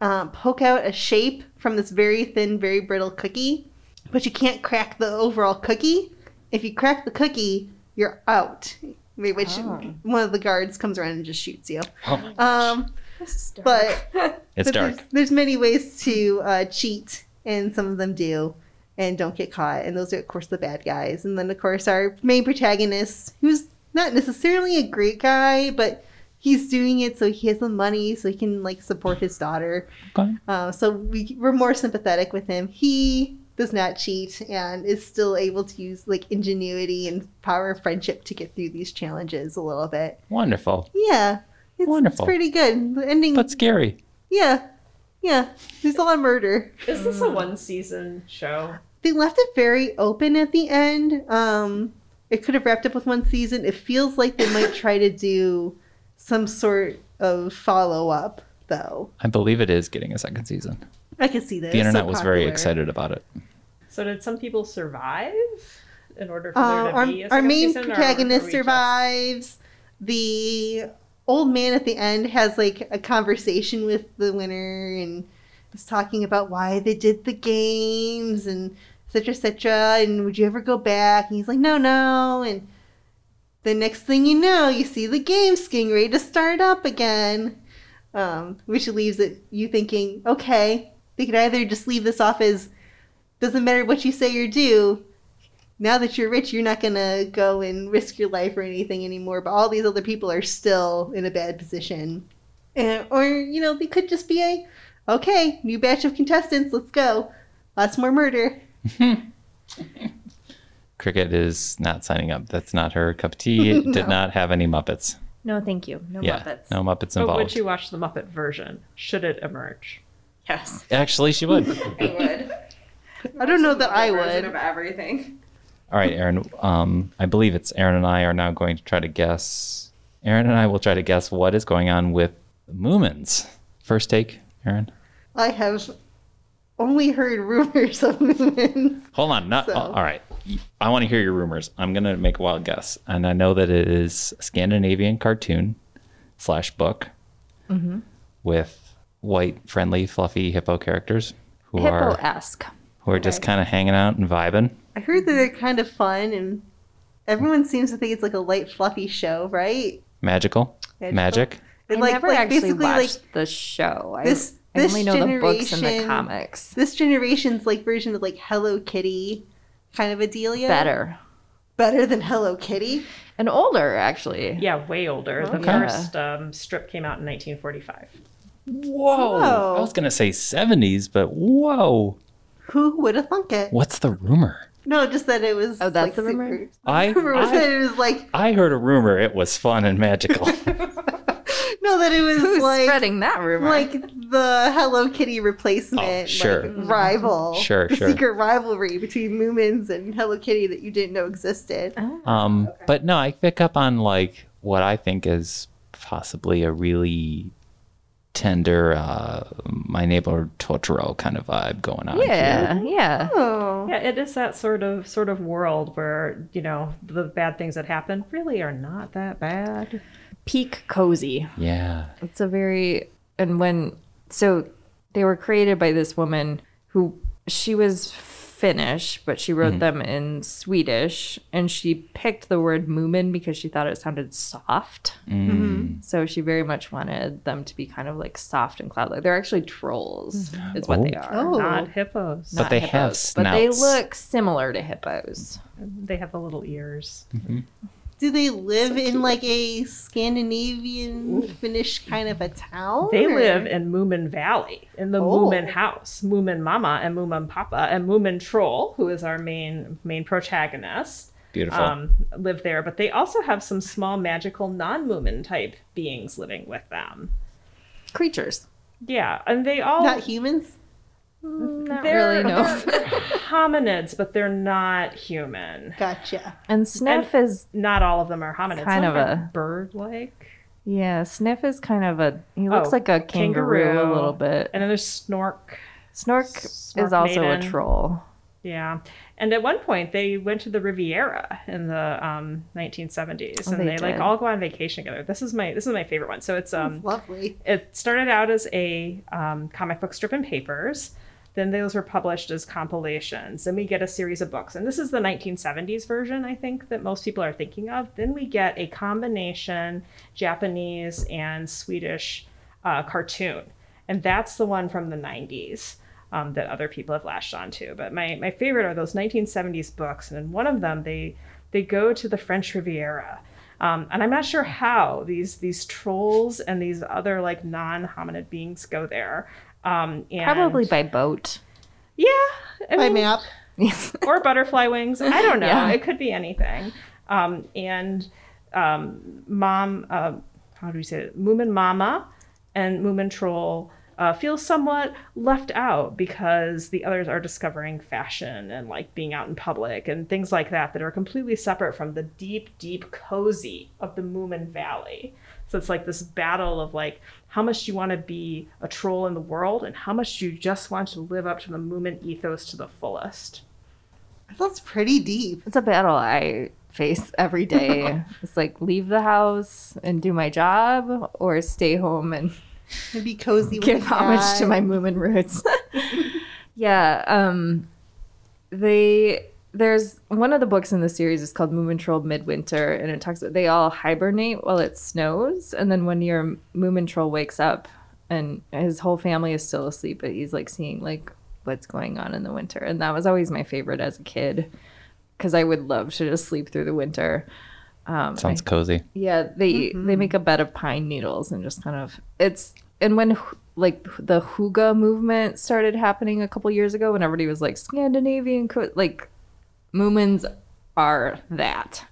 um, poke out a shape from this very thin, very brittle cookie, but you can't crack the overall cookie. If you crack the cookie, you're out. Which
Oh.
one of the guards comes around and just shoots you.
Oh my-
Um, but
it's
but
dark.
There's, there's many ways to uh, cheat, and some of them do and don't get caught. And those are, of course, the bad guys. And then, of course, our main protagonist, who's not necessarily a great guy, but he's doing it so he has the money so he can like support his daughter.
Okay.
Uh, so we, we're more sympathetic with him. He does not cheat and is still able to use like ingenuity and power of friendship to get through these challenges a little bit.
Wonderful.
Yeah. It's,
Wonderful.
It's pretty good. The ending
But scary.
yeah. Yeah. There's a lot of murder.
Is this a
Hmm.
one season show?
They left it very open at the end. Um it could have wrapped up with one season. It feels like they might try to do some sort of follow up though.
I believe it is getting a second season.
I can see that.
the
It's so
internet was very
popular.
excited about it.
So did some people survive in order for
Uh,
there to
our,
be a
Uh, our
second
main
season, or are we
protagonist
just-
survives. the old man at the end has like a conversation with the winner and is talking about why they did the games and etc etc and would you ever go back and he's like no no and the next thing you know you see the game skin ready to start up again um, which leaves it you thinking okay they could either just leave this off as doesn't matter what you say or do now that you're rich, you're not gonna go and risk your life or anything anymore. But all these other people are still in a bad position, and, or you know, they could just be a okay new batch of contestants. Let's go, lots more murder.
Cricket is not signing up. That's not her cup of tea. It did
No.
not have any Muppets.
No, thank you. No
yeah,
Muppets.
no Muppets
But
involved.
would you watch the Muppet version should it emerge?
Yes,
Actually, she would.
I would.
I don't know that I
Version Of
would.
everything.
All right, Aaron. Um, I believe it's Aaron and I are now going to try to guess. Aaron and I will try to guess what is going on with the Moomins. First take, Aaron.
I have only heard rumors of movements.
Hold on. Not
So-
all right. I want to hear your rumors. I'm gonna make a wild guess, and I know that it is a Scandinavian cartoon slash book with white, friendly, fluffy hippo characters who
Hippo
are
esque.
who are just kind of hanging out and vibing.
I heard that they're kind of fun, and everyone seems to think it's like a light, fluffy show, right?
Magical,
Magical.
magic.
I
And, like-
never
like,
actually
basically,
watched the show. I,
this-
I
this
only know the books and the
generation-
comics.
this generation's like version of like Hello Kitty kind of a dealio.
Better
Better than Hello Kitty.
and older, actually.
Yeah, way older. The
Okay.
first um, strip came out in 1945.
Whoa!
Whoa.
I was gonna say '70s, but whoa!
Who would have thunk it?
What's the rumor?
No, just that it was.
Oh, that's
like,
the rumor?
super-
I
rumor was that
I,
it was like
I heard a rumor. It was fun and magical.
no, that it was
Who's
like
spreading that rumor?
like the Hello Kitty replacement,
Oh, sure.
like, rival,
Sure,
the
sure.
secret rivalry between Moomins and Hello Kitty that you didn't know existed.
Oh.
Um, But no, I pick up on like what I think is possibly a really tender uh, my neighbor Totoro kind of vibe going on. here.
yeah, yeah.
Oh,
Yeah, it is that sort of sort of world where you know the bad things that happen really are not that bad.
Peak cozy.
yeah.
It's a very and when so they were created by this woman who she was Finnish, but she
Hmm.
wrote them in Swedish, and she picked the word "moomin" because she thought it sounded soft.
Mm.
Mm-hmm.
So she very much wanted them to be kind of like soft and cloud-like. They're actually trolls, is what they
Oh.
are.
oh,
Not hippos.
But
Not
they have
hippos, but they
snouts.
look similar to hippos.
They have the little ears.
do they live in like a Scandinavian Finnish kind of a town?
They
or-
live in Moomin Valley in the
Oh.
Moomin house. Moomin Mama and Moomin Papa and Moomin Troll, who is our main main protagonist,
Beautiful.
um, live there. But they also have some small magical non-Moomin type beings living with them.
Creatures,
Yeah, and they all
not humans.
not
They're-
really no.
they're hominids, but they're not human.
Gotcha.
And Sniff is
Not all of them are hominids.
Kind of
Some are
a-
bird-like.
Yeah, Sniff is kind of a he looks
Oh,
like a kangaroo, a
kangaroo.
little bit.
And then there's Snork.
Snork
Snork
is also a
maiden.
troll.
Yeah. And at one point, they went to the Riviera in the um, 1970s,
Oh,
and
they
they, like
did.
all go on vacation together. This is my this is my favorite one. So it's um
Lovely.
it started out as a um, comic book strip and papers. Then those were published as compilations. Then we get a series of books. And this is the 1970s version, I think, that most people are thinking of. Then we get a combination Japanese and Swedish uh, cartoon. And that's the one from the 90s um, that other people have latched onto. But my, my favorite are those 1970s books. And in one of them, they, they go to the French Riviera. Um, and I'm not sure how these these trolls and these other like non-hominid beings go there. Um, and
Probably by boat.
yeah, I
By
mean,
map.
or butterfly wings. I don't know.
Yeah.
It could be anything. Um, and um, mom, uh, how do we say it? Moomin Mama and Moomin Troll uh, feel somewhat left out because the others are discovering fashion and like being out in public and things like that that are completely separate from the deep, deep cozy of the Moomin Valley. So it's like this battle of like how much you want to be a troll in the world and how much you just want to live up to the Moomin ethos to the fullest.
That's pretty deep.
It's a battle I face every day. it's like leave the house and do my job or stay home and
And be cozy with
give
the
homage to
cat.
my Moomin roots. yeah, um, they there's one of the books in the series is called Moomin Troll Midwinter, and it talks about they all hibernate while it snows, and then one year Moomin Troll wakes up and his whole family is still asleep, but he's like seeing like what's going on in the winter, and that was always my favorite as a kid because I would love to just sleep through the winter. Um, I
Sounds cozy.
yeah, they they make a bed of pine needles and just kind of it's and when h- like the huga movement started happening a couple years ago when everybody was like Scandinavian co- like Moomins are that.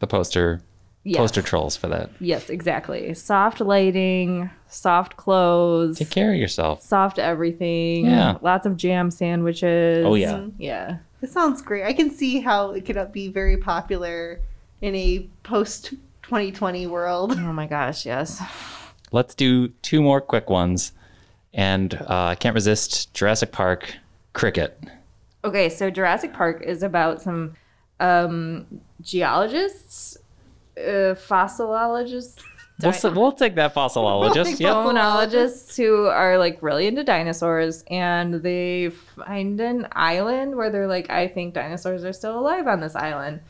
The poster
Yes.
poster trolls for that.
Yes, exactly. Soft lighting, soft clothes,
Take care of yourself.
soft everything.
Yeah.
Lots of jam sandwiches.
Oh yeah.
Yeah.
It sounds great. I can see how it could be very popular in a post 2020 world.
Oh my gosh, yes.
Let's do two more quick ones. And uh, I can't resist Jurassic Park cricket.
Okay, so Jurassic Park is about some um, geologists, uh, fossilologists,
We'll, s- we'll take that fossilologist.
Like
yep.
bonologists who are like really into dinosaurs, and they find an island where they're like, I think dinosaurs are still alive on this island.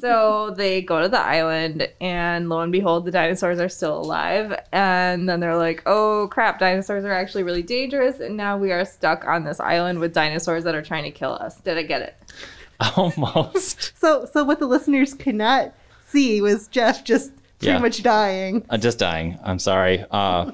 so they go to the island, and lo and behold, the dinosaurs are still alive. And then they're like, oh crap, dinosaurs are actually really dangerous, and now we are stuck on this island with dinosaurs that are trying to kill us. Did I get it?
Almost.
So, so what the listeners could not see was Jeff just pretty
Yeah.
much dying.
I'm just dying. I'm sorry. Uh,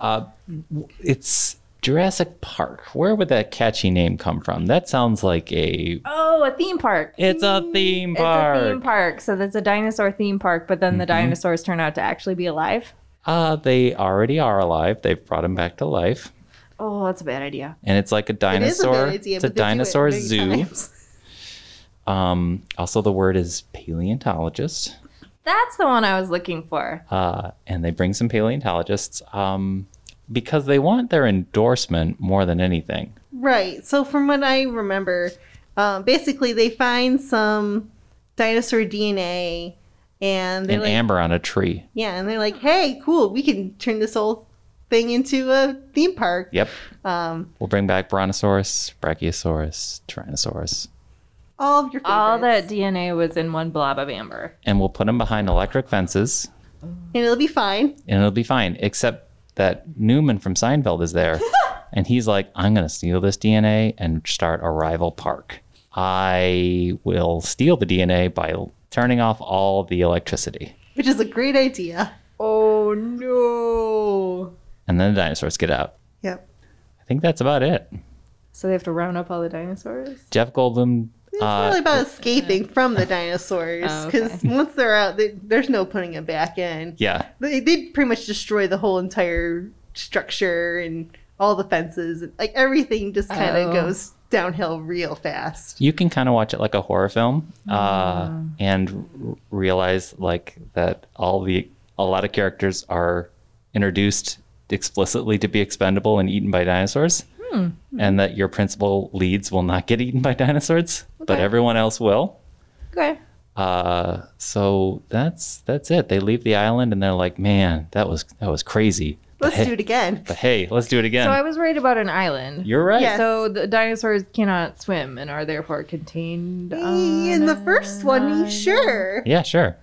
uh, w- it's Jurassic Park. Where would that catchy name come from? That sounds like a.
Oh, a theme park.
It's a theme
It's
park. Mm-hmm.
a theme park. So that's a dinosaur theme park, but then the dinosaurs turn out to actually be alive.
Uh, they already are alive. They've brought them back to life.
Oh, that's a bad idea.
And it's like a
It is a
dinosaur.
bad idea,
it's a
but they do it
dinosaur
many
zoo.
times.
Um, also, the word is paleontologist.
That's the one I was looking for.
uh, and they bring some paleontologists um, because they want their endorsement more than anything.
Right. So, from what I remember, um, basically they find some dinosaur DNA, and they're
An
like,
amber on a tree.
yeah, and they're like, hey, cool, we can turn this whole thing into a theme park.
Yep,
Um,
we'll bring back Brontosaurus, Brachiosaurus, Tyrannosaurus,
all of your favorites.
All that DNA was in one blob of amber.
and we'll put them behind electric fences,
and it'll be fine.
and it'll be fine. Except that Newman from Seinfeld is there, and he's like, "I'm going to steal this DNA and start a rival park. I will steal the DNA by turning off all the electricity."
which is a great idea.
Oh no.
And then the dinosaurs get out.
Yep.
I think that's about it.
So they have to round up all the dinosaurs?
Jeff Goldblum.
It's
uh,
really about escaping from the dinosaurs
Oh, okay.
because once they're out, they, there's no putting them back in.
Yeah,
They did pretty much destroy the whole entire structure and all the fences. Like everything just kind of
Oh.
goes downhill real fast.
you can kind of watch it like a horror film uh,
Ah.
and r- realize like that all the a lot of characters are introduced explicitly to be expendable and eaten by dinosaurs
Hmm,
and that your principal leads will not get eaten by dinosaurs but
Okay.
everyone else will
Okay.
uh, so that's that's it they leave the island and they're like man that was that was crazy but
Let's
hey,
do it again.
but hey let's do it again
So I was worried about an island.
you're right
Yes.
So the dinosaurs cannot swim and are therefore contained.
Hey, in the
on
first
an
one,
island.
sure.
yeah sure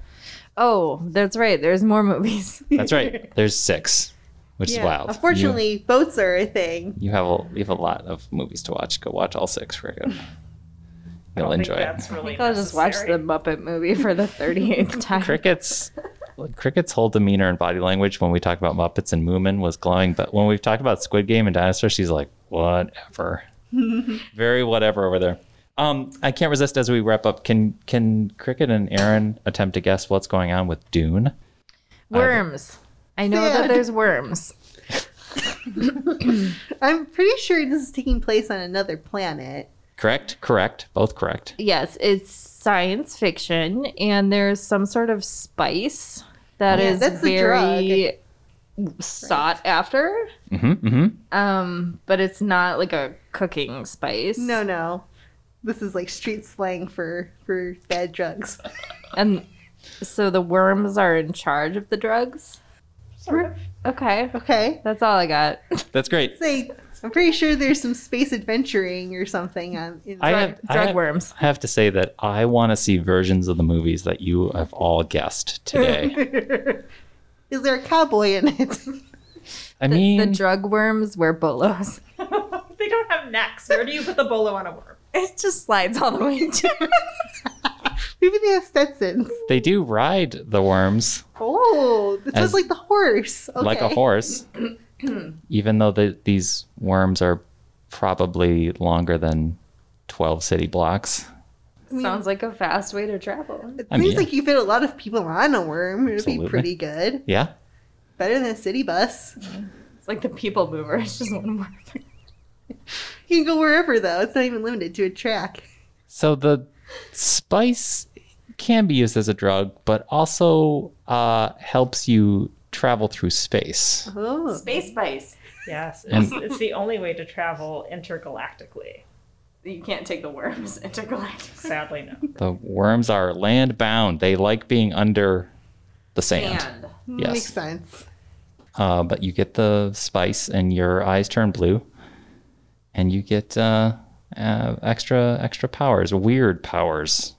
Oh, that's right. There's more movies.
That's right. There's six, which is
Yeah.
wild.
Unfortunately, boats are a thing.
you, you have a you have a lot of movies to watch. Go watch all six. We're good.
I
You'll
don't
enjoy
think
it.
that's really
I think I'll just watch the
necessary.
Muppet movie for the 38th time.
Crickets, crickets' whole demeanor and body language when we talk about Muppets and Moomin was glowing, but when we've talked about Squid Game and Dinosaur, she's like whatever, very whatever over there. Um, I can't resist as we wrap up. Can can Cricket and Aaron attempt to guess what's going on with Dune?
Worms. I know that
Sad.
there's worms.
I'm pretty sure this is taking place on another planet.
Correct, correct, both correct.
Yes, it's science fiction, and there's some sort of spice that
Yeah,
is
that's the
very sought after.
hmm hmm
Um, but it's not like a cooking spice.
No, no. This is like street slang for for bad drugs.
And so the worms are in charge of the drugs?
Sort of.
Okay.
Okay.
That's all I got.
That's great.
Say, I'm pretty sure there's some space adventuring or something on. In
I
Drug,
have- I
drug
have-
worms.
I have to say that I want to see versions of the movies that you have all guessed today.
is there a cowboy in it?
I
The,
mean,
the drug worms wear bolos.
they don't have necks. Where do you put the bolo on a worm?
It just slides all the way down.
Maybe they have Stetsons.
they do ride the worms
Oh, this
As-
is like the horse. Okay.
like a horse, even though the, these worms are probably longer than 12 city blocks.
Sounds like a fast way to travel.
It
I mean,
seems
yeah.
like you fit a lot of people on a worm. It'd
Absolutely.
be pretty good.
Yeah.
Better than a city bus.
It's like the people mover. It's just one worm.
You can go wherever though. It's not even limited to a track.
So the spice can be used as a drug, but also uh, helps you travel through space.
Oh,
Space spice.
Yes, it's,
And-
it's the only way to travel intergalactically.
You can't take the worms intergalactic.
Sadly, no.
The worms are land bound, they like being under the sand.
And
Yes.
makes sense.
Uh, but you get the spice, and your eyes turn blue, and you get uh, uh, extra extra powers, weird powers.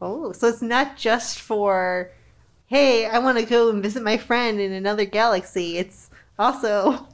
Oh, so it's not just for, hey, I want to go and visit my friend in another galaxy. It's also,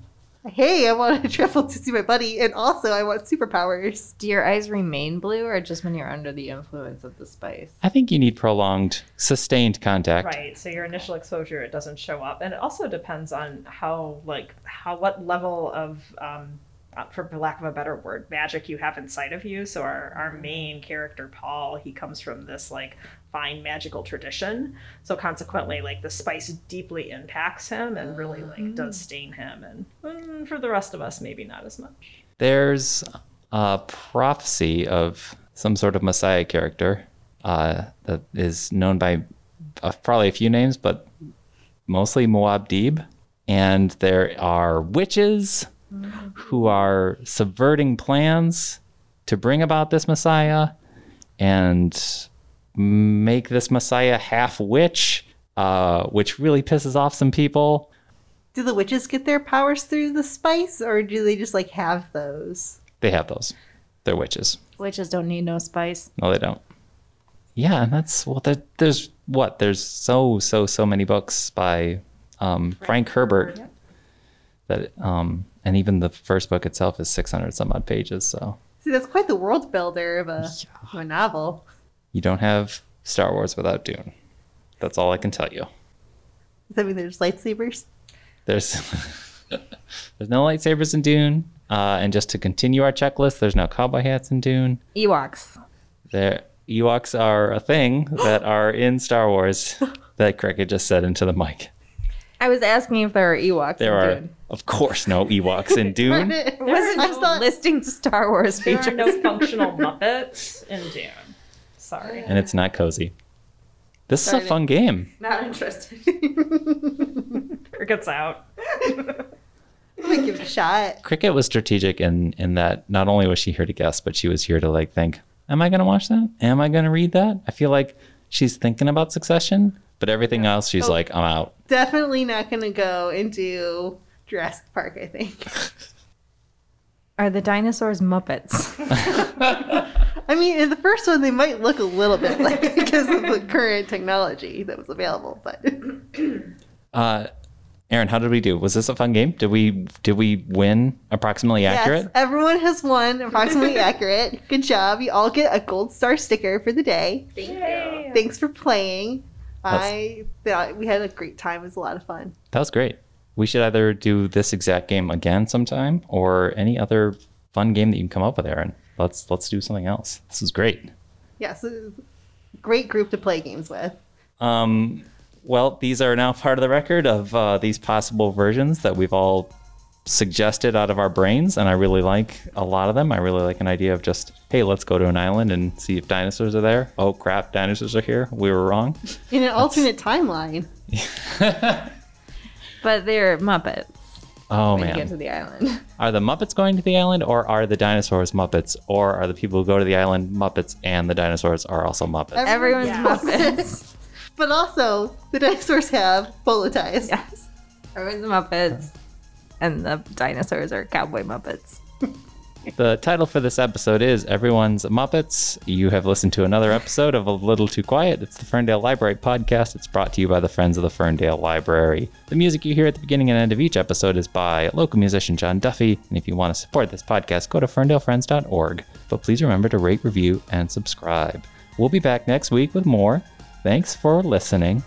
hey, I want to travel to see my buddy, and also I want superpowers.
do your eyes remain blue or just when you're under the influence of the spice?
I think you need prolonged, sustained contact.
Right. So your initial exposure, it doesn't show up, and it also depends on how, like, how what level of, um, uh, for lack of a better word, magic you have inside of you. So our our main character, Paul, he comes from this like fine magical tradition. So consequently, like the spice deeply impacts him and really like does stain him. And mm, for the rest of us, maybe not as much.
There's a prophecy of some sort of messiah character uh, that is known by uh, probably a few names, but mostly Moabdib. And there are witches who are subverting plans to bring about this messiah and make this messiah half witch, uh, which really pisses off some people.
Do the witches get their powers through the spice, or do they just like have those?
They have those. They're witches.
Witches don't need no spice.
No, they don't. Yeah, and that's well. There, there's what there's so so so many books by um, Frank, Herbert that um, and even the first book itself is 600 some odd pages. So
See, that's quite the world builder of a, of a novel.
you don't have Star Wars without Dune. That's all I can tell you.
Does that mean there's lightsabers?
There's there's no lightsabers in Dune. Uh, and just to continue our checklist, there's no cowboy hats in Dune.
Ewoks.
There Ewoks are a thing that are in Star Wars that Cricket just said into the mic.
I was asking if there are Ewoks.
There
in
are,
Dune.
of course, no Ewoks in Dune.
It wasn't
I
just
thought-
listing Star Wars
There are
features.
no functional Muppets in Dune. Sorry.
and it's not cozy. This is
Darn
a
it.
fun game.
Not interested.
Cricket's out.
I'm gonna give it a shot.
Cricket was strategic in in that not only was she here to guess, but she was here to like think, am I going to watch that? Am I going to read that? I feel like she's thinking about Succession, but everything else she's
Oh.
like, I'm out.
Definitely not gonna go and do Jurassic Park. I think.
Are the dinosaurs Muppets?
I mean, in the first one, they might look a little bit like it because of the current technology that was available. But
Uh Aaron, how did we do? Was this a fun game? Did we did we win approximately accurate?
yes, everyone has won approximately accurate. Good job. You all get a gold star sticker for the day.
Yay.
Thanks for playing.
That's-
I thought we had a great time. It was a lot of fun.
That was great. We should either do this exact game again sometime or any other fun game that you can come up with, Aaron. Let's let's do something else. This is great.
Yes, it was a great group to play games with.
Um, well, these are now part of the record of uh, these possible versions that we've all suggested out of our brains, and I really like a lot of them. I really like an idea of just, hey, let's go to an island and see if dinosaurs are there. Oh crap, dinosaurs are here. We were wrong.
In an alternate timeline.
but they're Muppets.
Oh
when you get
man.
to the island.
Are the Muppets going to the island or are the dinosaurs Muppets? Or are the people who go to the island Muppets and the dinosaurs are also Muppets?
Everyone's
Yeah.
Muppets.
But also, the dinosaurs have bolo ties.
yes. Everyone's Muppets. And the dinosaurs are cowboy Muppets.
The title for this episode is Everyone's Muppets. You have listened to another episode of A Little Too Quiet. It's the Ferndale Library podcast. It's brought to you by the Friends of the Ferndale Library. The music you hear at the beginning and end of each episode is by local musician John Duffy. And if you want to support this podcast, go to ferndalefriends.org. But please remember to rate, review, and subscribe. We'll be back next week with more. Thanks for listening.